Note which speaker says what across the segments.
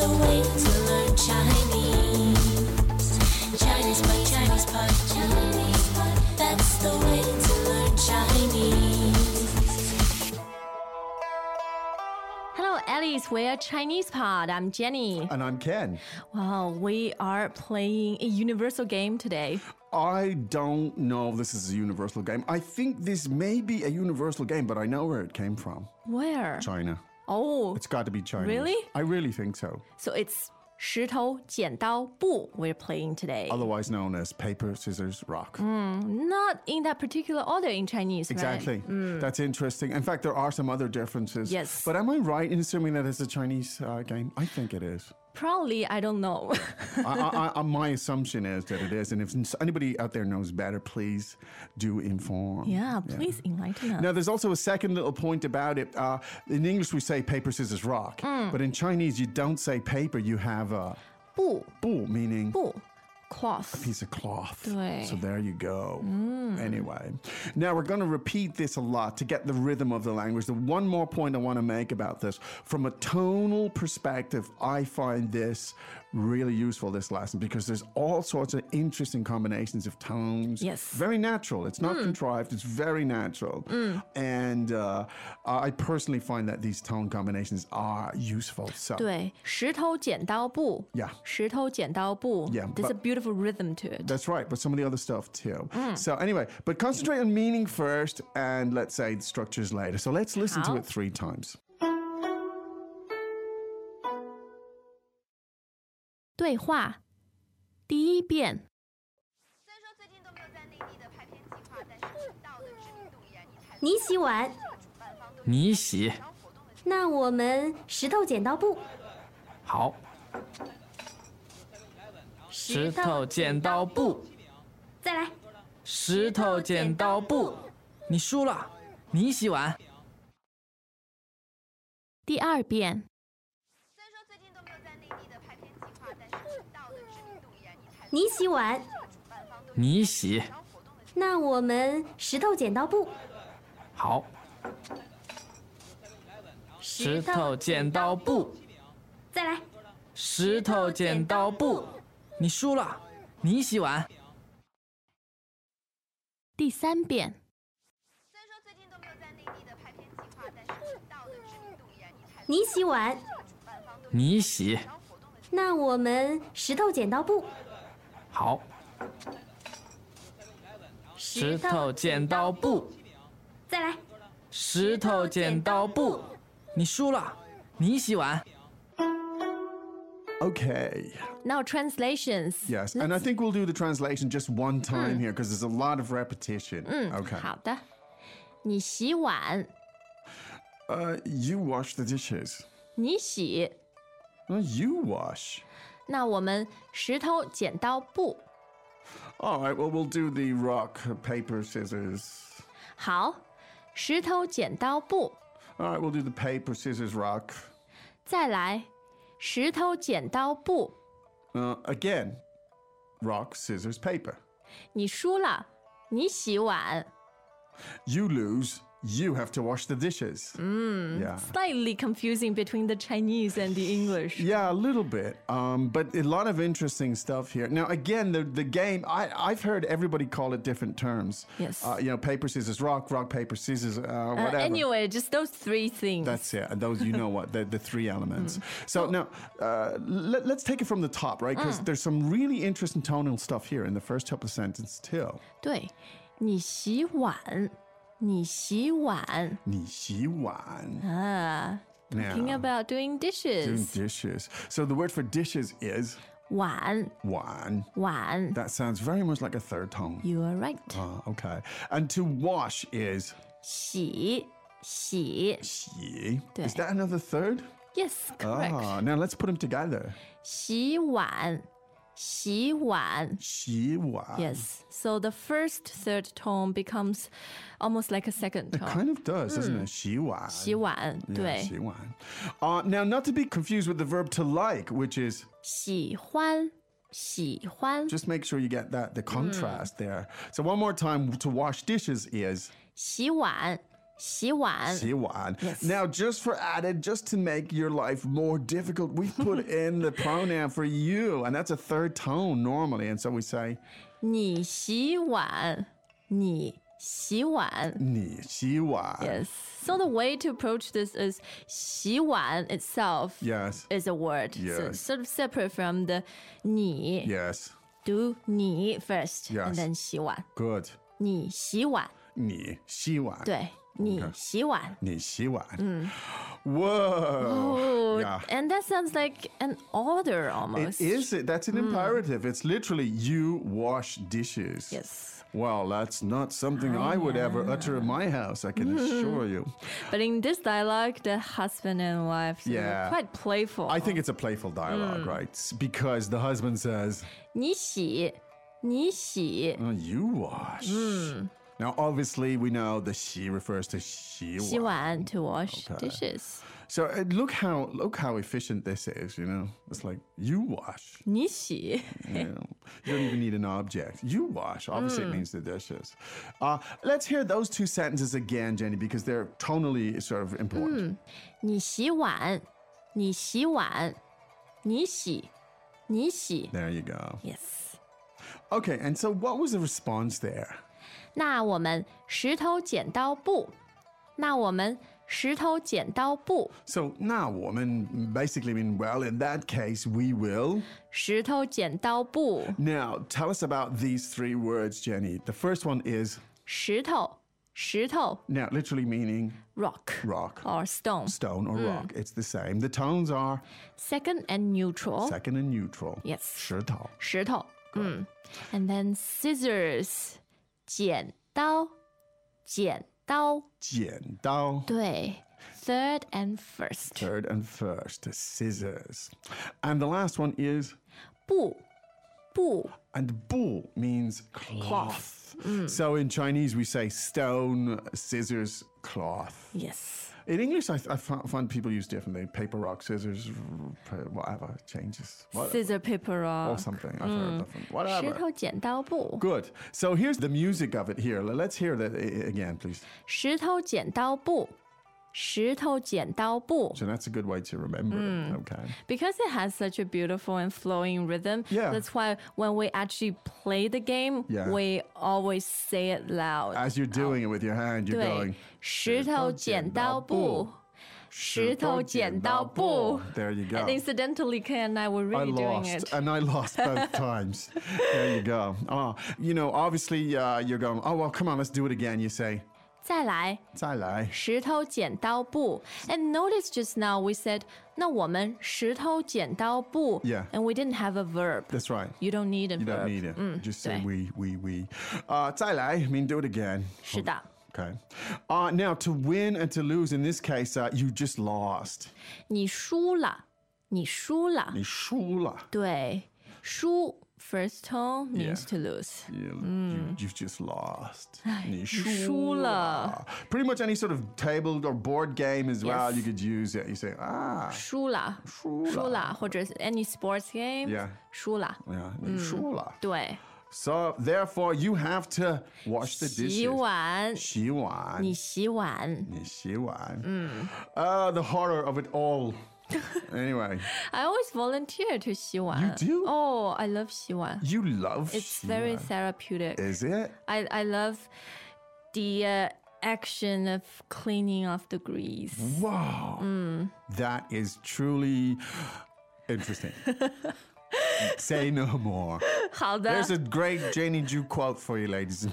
Speaker 1: a way to learn Chinese. Chinese pot, Chinese pot, Chinese pot. That's the way to learn Chinese.
Speaker 2: Hello, Alice. We are Chinese Pod. I'm Jenny.
Speaker 3: And I'm Ken.
Speaker 2: Wow, we are playing a universal game today.
Speaker 3: I don't know if this is a universal game. I think this may be a universal game, but I know where it came from
Speaker 2: Where?
Speaker 3: China.
Speaker 2: Oh,
Speaker 3: It's got to be China.
Speaker 2: Really?
Speaker 3: I really think so.
Speaker 2: so it's 石头剪刀布 we're playing today.
Speaker 3: Otherwise known as paper, scissors, rock.
Speaker 2: Mm, Not in that particular order in Chinese,
Speaker 3: Exactly.
Speaker 2: right?
Speaker 3: That's interesting. In fact, there are some other differences.
Speaker 2: Mm. Yes.
Speaker 3: But am I right in assuming that it's a Chinese uh, game? I think it is.
Speaker 2: Probably, I don't know.
Speaker 3: I, I, I, my assumption is that it is. And if anybody out there knows better, please do inform.
Speaker 2: yeah, please enlighten us.
Speaker 3: Now, there's also a second little point about it. Uh, in English, we say paper, scissors, rock. But in Chinese, you don't say paper, you have a
Speaker 2: 布
Speaker 3: bu, meaning
Speaker 2: 布 cloth
Speaker 3: piece of cloth.
Speaker 2: Right. Mm.
Speaker 3: So there you go. Anyway, now we're going to repeat this a lot to get the rhythm of the language. The one more point I want to make about this from a tonal perspective, I find this really useful this lesson because there's all sorts of interesting combinations of tones.
Speaker 2: Yes. Mm.
Speaker 3: Very natural. It's not contrived, it's very natural. And uh, I personally find that these tone combinations are useful. So
Speaker 2: 对，石头剪刀布
Speaker 3: Yeah.
Speaker 2: 石头剪刀布
Speaker 3: Yeah,
Speaker 2: There's a
Speaker 3: but-
Speaker 2: beautiful rhythm to it.
Speaker 3: That's right, but some of the other stuff too. So anyway, but concentrate on meaning first and let's say the structures later. So let's listen
Speaker 2: How?
Speaker 3: to it three times.
Speaker 2: 对话第一遍。
Speaker 4: 虽说最近都没有在内地的拍片计划，但是频道的知名度依然以台
Speaker 5: 你洗碗，
Speaker 4: 主办方对
Speaker 6: 你洗
Speaker 4: 招活动的形
Speaker 5: 那我们石头剪刀布。
Speaker 6: 好，石头剪刀布，
Speaker 5: 再来，
Speaker 6: 石头剪刀布，你输了，你洗碗。
Speaker 2: 第二遍，
Speaker 4: 虽说最近都没有在内地的拍片计划，但是频道的知名度依然以台
Speaker 5: 你洗碗，
Speaker 4: 主办方对
Speaker 6: 你洗
Speaker 4: 招活动的形
Speaker 5: 那我们石头剪刀布。
Speaker 6: 好，石头剪刀布，
Speaker 5: 再来，
Speaker 6: 石头剪刀布，你输了，你洗碗。
Speaker 2: 第三遍，
Speaker 4: 虽说最近都没有在内地的拍片计划，但是频道的知名度依然以台
Speaker 5: 你洗碗，
Speaker 4: 主办方对
Speaker 6: 你洗
Speaker 4: 招活动的形
Speaker 5: 那我们石头剪刀布。
Speaker 6: 好，石头剪刀布，
Speaker 5: 再来，
Speaker 6: 石头剪刀布，你输了，你洗碗。
Speaker 3: Okay.
Speaker 2: now translations。
Speaker 3: Yes. And I think we'll do the translation just one time here because there's a lot of repetition.
Speaker 2: 嗯
Speaker 3: Okay.
Speaker 2: 好的。你洗碗，
Speaker 3: Uh, you wash the dishes.
Speaker 2: 你洗。
Speaker 3: No, you wash.
Speaker 2: 那我们石头剪刀布，
Speaker 3: All right. Well, we'll do the rock, paper, scissors.
Speaker 2: 好，石头剪刀布，
Speaker 3: All right. We'll do the paper, scissors, rock.
Speaker 2: 再来，石头剪刀布，
Speaker 3: Uh, again, rock, scissors, paper.
Speaker 2: 你输了，你洗碗。
Speaker 3: You lose. You have to wash the dishes. Yeah.
Speaker 2: Slightly confusing between the Chinese and the English.
Speaker 3: Yeah, a little bit. Um, but a lot of interesting stuff here. Now, again, the, the game, I, I've heard everybody call it different terms.
Speaker 2: Yes.
Speaker 3: Uh, you know, paper, scissors, rock, rock, paper, scissors, uh,
Speaker 2: Uh,
Speaker 3: whatever.
Speaker 2: anyway, just those three things.
Speaker 3: That's it. And those, you know what, the, the three
Speaker 2: Mm.
Speaker 3: elements. So now, uh, let, let's take it from the top, right? Because
Speaker 2: Mm.
Speaker 3: there's some really interesting tonal stuff here in the first couple of sentences, too.
Speaker 2: 对，你洗碗，你洗碗
Speaker 3: 你洗碗.
Speaker 2: 啊。Thinking
Speaker 3: Yeah.
Speaker 2: Ah, about doing
Speaker 3: Doing
Speaker 2: dishes，
Speaker 3: dishes. So the word for dishes is
Speaker 2: 碗
Speaker 3: wan.
Speaker 2: 碗。
Speaker 3: That sounds very much like a third tone.
Speaker 2: You are right，
Speaker 3: Ah, okay. And to wash is
Speaker 2: 洗洗
Speaker 3: xi.
Speaker 2: Dui.
Speaker 3: Is that another third?
Speaker 2: ，Yes correct，
Speaker 3: Ah, now let's put them together.
Speaker 2: 洗碗洗碗。
Speaker 3: Xi wa.
Speaker 2: Yes, so the first third tone becomes almost like a second
Speaker 3: It
Speaker 2: tone.
Speaker 3: kind of does,
Speaker 2: Hmm.
Speaker 3: doesn't it? Xi wa.
Speaker 2: 洗碗，
Speaker 3: Yeah,
Speaker 2: 对，
Speaker 3: xi wa. Uh, now, not to be confused with the verb to like, which is
Speaker 2: 喜欢喜欢，
Speaker 3: just make sure you get
Speaker 2: Hmm.
Speaker 3: that the contrast there. So one more time, to wash dishes is
Speaker 2: 洗碗洗碗。
Speaker 3: Siwan.
Speaker 2: Yes.
Speaker 3: Now, just for added, just to make your life more difficult, we put in the pronoun for you, and that's a third tone normally. And so we say
Speaker 2: 你洗碗，你洗碗。
Speaker 3: ni siwan.
Speaker 2: Yes. So the way to approach this is 洗碗 itself
Speaker 3: Yes.
Speaker 2: is a word. So
Speaker 3: Yes.
Speaker 2: it's sort of separate from the 你
Speaker 3: Yes.
Speaker 2: do 你 first
Speaker 3: Yes.
Speaker 2: and then 洗碗。
Speaker 3: Good.
Speaker 2: 你洗碗，
Speaker 3: Ni siwan.
Speaker 2: 对，你洗碗。
Speaker 3: Ni siwan. Whoa.
Speaker 2: Oh,
Speaker 3: Yeah.
Speaker 2: and that sounds like an order almost.
Speaker 3: It is it. That's
Speaker 2: Hmm。
Speaker 3: an imperative. It's literally you wash dishes.
Speaker 2: Yes. Ah.
Speaker 3: Well, that's not something I would ever utter in my house, I
Speaker 2: Hmm.
Speaker 3: can assure you.
Speaker 2: But in this dialogue, the husband and wife they were
Speaker 3: Yeah.
Speaker 2: quite playful.
Speaker 3: I think it's a playful dialogue,
Speaker 2: Hmm.
Speaker 3: right? S- Because the husband says,
Speaker 2: 你洗，你洗，
Speaker 3: oh, You wash.
Speaker 2: Hmm.
Speaker 3: Now, obviously, we know the she refers to she.
Speaker 2: 洗
Speaker 3: wa-
Speaker 2: 碗 to wash dishes。
Speaker 3: So uh, look how look how efficient this is. You know, it's like you wash.
Speaker 2: 你洗，
Speaker 3: You, know? You don't even need an object. You wash. Obviously, it means the dishes. Uh, let's hear those two sentences again, Jenny, because they're tonally sort of important.
Speaker 2: 你洗碗，你洗碗，你洗，你洗。
Speaker 3: There you go.
Speaker 2: Yes。
Speaker 3: Okay, and so what was the response there?
Speaker 2: 那我们石头剪刀布，那我们石头剪刀布，
Speaker 3: So now, woman basically mean well. In that case, we will.
Speaker 2: 石头剪刀布，
Speaker 3: Now, tell us about these three words, Jenny. The first one is
Speaker 2: 石头，石头
Speaker 3: now literally meaning
Speaker 2: rock
Speaker 3: rock,
Speaker 2: or stone.
Speaker 3: stone, or rock. It's the same. The tones are
Speaker 2: Second and neutral.
Speaker 3: second and neutral.
Speaker 2: Oh. Yes.
Speaker 3: 石头.
Speaker 2: 石头，嗯，and then scissors，剪刀，剪刀，
Speaker 3: 剪刀.
Speaker 2: 对，third and first，
Speaker 3: Third and first, scissors. And the last one is
Speaker 2: 布，布，
Speaker 3: and bu means cloth.
Speaker 2: Mm.
Speaker 3: So in Chinese we say stone, scissors, cloth.
Speaker 2: ，yes，
Speaker 3: In English, I, I fi- find people use differently. Paper, rock, scissors, r- pa- whatever changes. What-
Speaker 2: scissor paper
Speaker 3: or
Speaker 2: rock，Mm.
Speaker 3: something. I've heard different.
Speaker 2: 石
Speaker 3: Whatever.
Speaker 2: 头剪刀布，
Speaker 3: Good. So here's the music of it here. Let's hear that i- i- again, please.
Speaker 2: 石头剪刀布，石头剪刀布
Speaker 3: So that's a good way to remember
Speaker 2: Mm.
Speaker 3: it. Okay.
Speaker 2: ，because it has such a beautiful and flowing rhythm.
Speaker 3: Yeah.
Speaker 2: that's why when we actually play the game,
Speaker 3: Yeah.
Speaker 2: we always say it loud.
Speaker 3: As you're doing it with your hand, you're
Speaker 2: 对
Speaker 3: going.，
Speaker 2: 石头剪刀布，石头剪刀布。
Speaker 3: There you go.
Speaker 2: And incidentally, Kay and I were
Speaker 3: I
Speaker 2: really doing
Speaker 3: lost,
Speaker 2: it.
Speaker 3: and I lost both times. There you go. Oh, you know, obviously, uh, you're going. Oh well, come on, let's do it again. You say,
Speaker 2: 再来，
Speaker 3: "再来."
Speaker 2: 石头剪刀布。And notice just now we said 那我们石头剪刀布。
Speaker 3: Yeah.
Speaker 2: And we didn't have a verb.
Speaker 3: That's right.
Speaker 2: You don't need a
Speaker 3: You
Speaker 2: verb.
Speaker 3: don't need it. Just say
Speaker 2: 对
Speaker 3: we, we, we. Uh, 再来 mean do it again.
Speaker 2: 是的，
Speaker 3: Okay. Uh, now, to win and to lose, in this case, uh, you just lost.
Speaker 2: 你输了，你输了。
Speaker 3: 你输了.
Speaker 2: 对，输 first tone means
Speaker 3: Yeah.
Speaker 2: to lose.
Speaker 3: You,
Speaker 2: Mm.
Speaker 3: you, you've just lost.
Speaker 2: 你输了.
Speaker 3: "你输了." Uh, Pretty much any sort of table or board game as well,
Speaker 2: Yes.
Speaker 3: you could use it. You say, ah,
Speaker 2: 输了，
Speaker 3: 输了
Speaker 2: 输了，或者是 any sports game，、
Speaker 3: Yeah.
Speaker 2: 输了，
Speaker 3: yeah,
Speaker 2: Mm.
Speaker 3: 你输了.
Speaker 2: 对，
Speaker 3: So, therefore, you have to wash the
Speaker 2: 洗
Speaker 3: dishes.
Speaker 2: 碗，
Speaker 3: 洗碗.
Speaker 2: 你洗碗。
Speaker 3: 你洗碗.
Speaker 2: Mm.
Speaker 3: Uh, the horror of it all. anyway,
Speaker 2: I always volunteer to 洗碗。
Speaker 3: You do?
Speaker 2: Oh, I love 洗碗。
Speaker 3: you love
Speaker 2: It's
Speaker 3: 洗碗.
Speaker 2: very therapeutic.
Speaker 3: Is it?
Speaker 2: I I love the uh, action of cleaning off the grease.
Speaker 3: Wow.
Speaker 2: Mm.
Speaker 3: That is truly interesting. Say no more.
Speaker 2: 好的
Speaker 3: Mm-hmm. There's a great Janie Jew quote for you, ladies and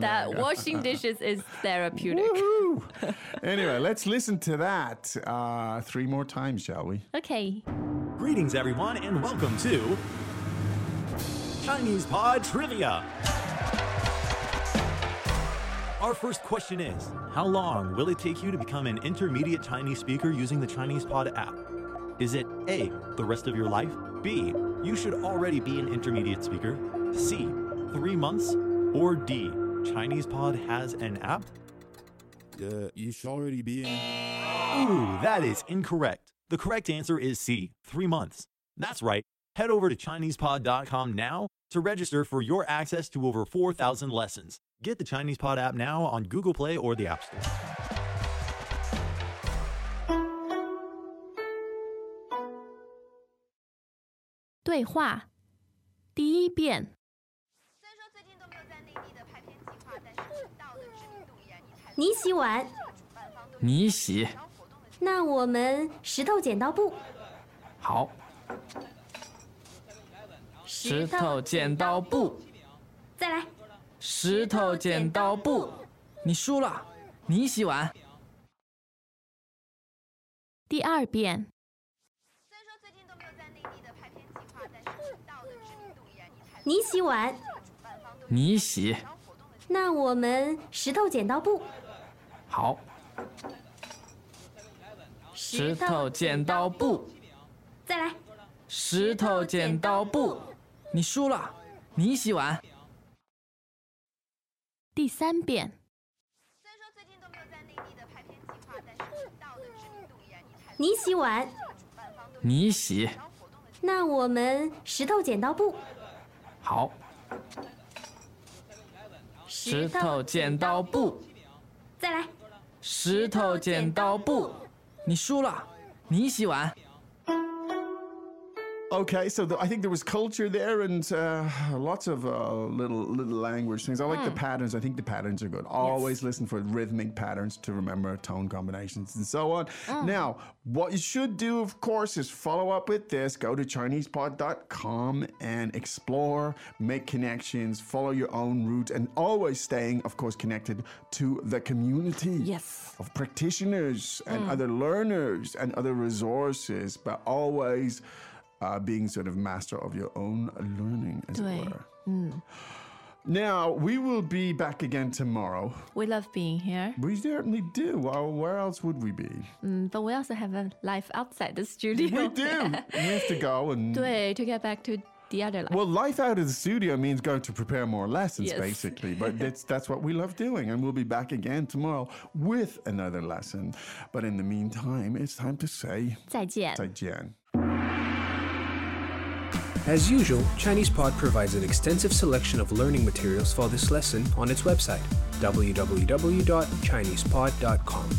Speaker 2: that washing dishes is therapeutic.
Speaker 3: Woo! Anyway, let's listen to that uh, three more times, shall we?
Speaker 2: Okay.
Speaker 7: Greetings, everyone, and welcome to Chinese Pod Trivia. Our first question is How long will it take you to become an intermediate Chinese speaker using the Chinese Pod app? Is it A, the rest of your life? B, you should already be an intermediate speaker? C, three months? Or D, Chinese Pod has an app?
Speaker 8: Uh, you should already be in.
Speaker 7: Ooh, that is incorrect. The correct answer is C, three months. That's right. Head over to ChinesePod.com now to register for your access to over 4,000 lessons. Get the Chinese Pod app now on Google Play or the App Store.
Speaker 4: 虽然说最近都没有在内地的拍片计划，但是频道的知名度依然一台。
Speaker 5: 你洗碗，
Speaker 4: 主办方都
Speaker 6: 你洗，
Speaker 4: 招活动的机
Speaker 5: 那我们石头剪刀布。
Speaker 6: 好，石头剪刀布，
Speaker 5: 再来，
Speaker 6: 石头剪刀布，你输了，你洗碗。
Speaker 4: 虽然说最近都没有在内地的拍片计划，但是频道的知名度依然一台。
Speaker 5: 你洗碗，
Speaker 4: 主办方都
Speaker 6: 你洗，
Speaker 4: 招活动的机
Speaker 5: 那我们石头剪刀布。
Speaker 6: 好，石头剪刀布，
Speaker 5: 再来，
Speaker 6: 石头剪刀布，你输了，你洗碗。
Speaker 4: 虽然说最近都没有在内地的拍片计划，但是频道的知名度依然一台。
Speaker 5: 你洗碗，
Speaker 4: 主办方都
Speaker 6: 你洗，
Speaker 4: 招活动的机
Speaker 5: 那我们石头剪刀布。
Speaker 6: 好，石头剪刀布，
Speaker 5: 再来，
Speaker 6: 石头剪刀布，你输了，你洗碗。
Speaker 3: Okay, so th I think there was culture there and uh, lots of uh, little little language things. I like the patterns. I think the patterns are good. Always listen for rhythmic patterns to remember tone combinations and so on. Now, what you should do, of course, is follow up with this. Go to ChinesePod.com and explore, make connections, follow your own route, and always staying, of course, connected to the community
Speaker 2: Yes.
Speaker 3: of practitioners and other learners and other resources, but always uh, being sort of master of your own learning, as it
Speaker 2: 对，
Speaker 3: were. Now, we will be back again tomorrow.
Speaker 2: We love being here.
Speaker 3: We certainly do. Well, where else would we be?
Speaker 2: Mm, but we also have a life outside the studio.
Speaker 3: We do. we have to go and.
Speaker 2: 对, to get back to the other life.
Speaker 3: Well, life out of the studio means going to prepare more lessons,
Speaker 2: Yes.
Speaker 3: basically. But that's that's what we love doing, and we'll be back again tomorrow with another lesson. But in the meantime, it's time to say
Speaker 2: 再见。
Speaker 3: 再见.
Speaker 9: As usual, ChinesePod provides an extensive selection of learning materials for this lesson on its website, www.chinesepod.com.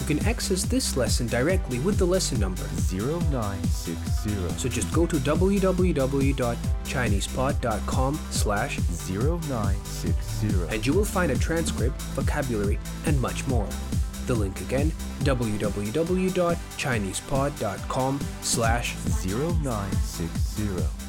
Speaker 9: You can access this lesson directly with the lesson number,
Speaker 10: 0960
Speaker 9: so just go to www.chinesepod.com slash
Speaker 10: 0960
Speaker 9: and you will find a transcript, vocabulary, and much more. The link again, www.chinesepod.com slash
Speaker 10: 0960